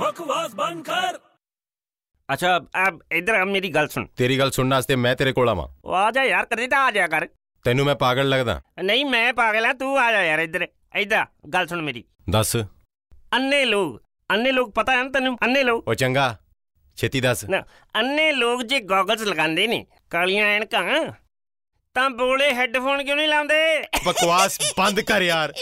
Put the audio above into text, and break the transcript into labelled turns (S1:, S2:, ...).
S1: ਬਕਵਾਸ ਬੰਦ ਕਰ
S2: ਅੱਛਾ ਅਬ ਇਧਰ ਆ ਮੇਰੀ ਗੱਲ ਸੁਣ
S3: ਤੇਰੀ ਗੱਲ ਸੁਣਨ ਵਾਸਤੇ ਮੈਂ ਤੇਰੇ ਕੋਲ ਆਵਾਂ
S2: ਉਹ ਆ ਜਾ ਯਾਰ ਕਦੇ ਤਾਂ ਆ ਜਾ ਕਰ
S3: ਤੈਨੂੰ ਮੈਂ ਪਾਗਲ ਲੱਗਦਾ
S2: ਨਹੀਂ ਮੈਂ ਪਾਗਲ ਆ ਤੂੰ ਆ ਜਾ ਯਾਰ ਇਧਰ ਇਧਰ ਗੱਲ ਸੁਣ ਮੇਰੀ
S3: ਦੱਸ
S2: ਅੰਨੇ ਲੋਕ ਅੰਨੇ ਲੋਕ ਪਤਾ ਹੈ ਨਾ ਤੈਨੂੰ ਅੰਨੇ ਲੋਕ
S3: ਉਹ ਚੰਗਾ ਛੇਤੀ ਦੱਸ
S2: ਨਾ ਅੰਨੇ ਲੋਕ ਜੇ ਗੋਗਲਸ ਲਗਾਉਂਦੇ ਨੇ ਕਾਲੀਆਂ ਐਨਕਾਂ ਤਾਂ ਬੋਲੇ ਹੈੱਡਫੋਨ ਕਿਉਂ ਨਹੀਂ ਲਾਉਂਦੇ
S3: ਬਕਵਾਸ ਬੰਦ ਕਰ ਯਾਰ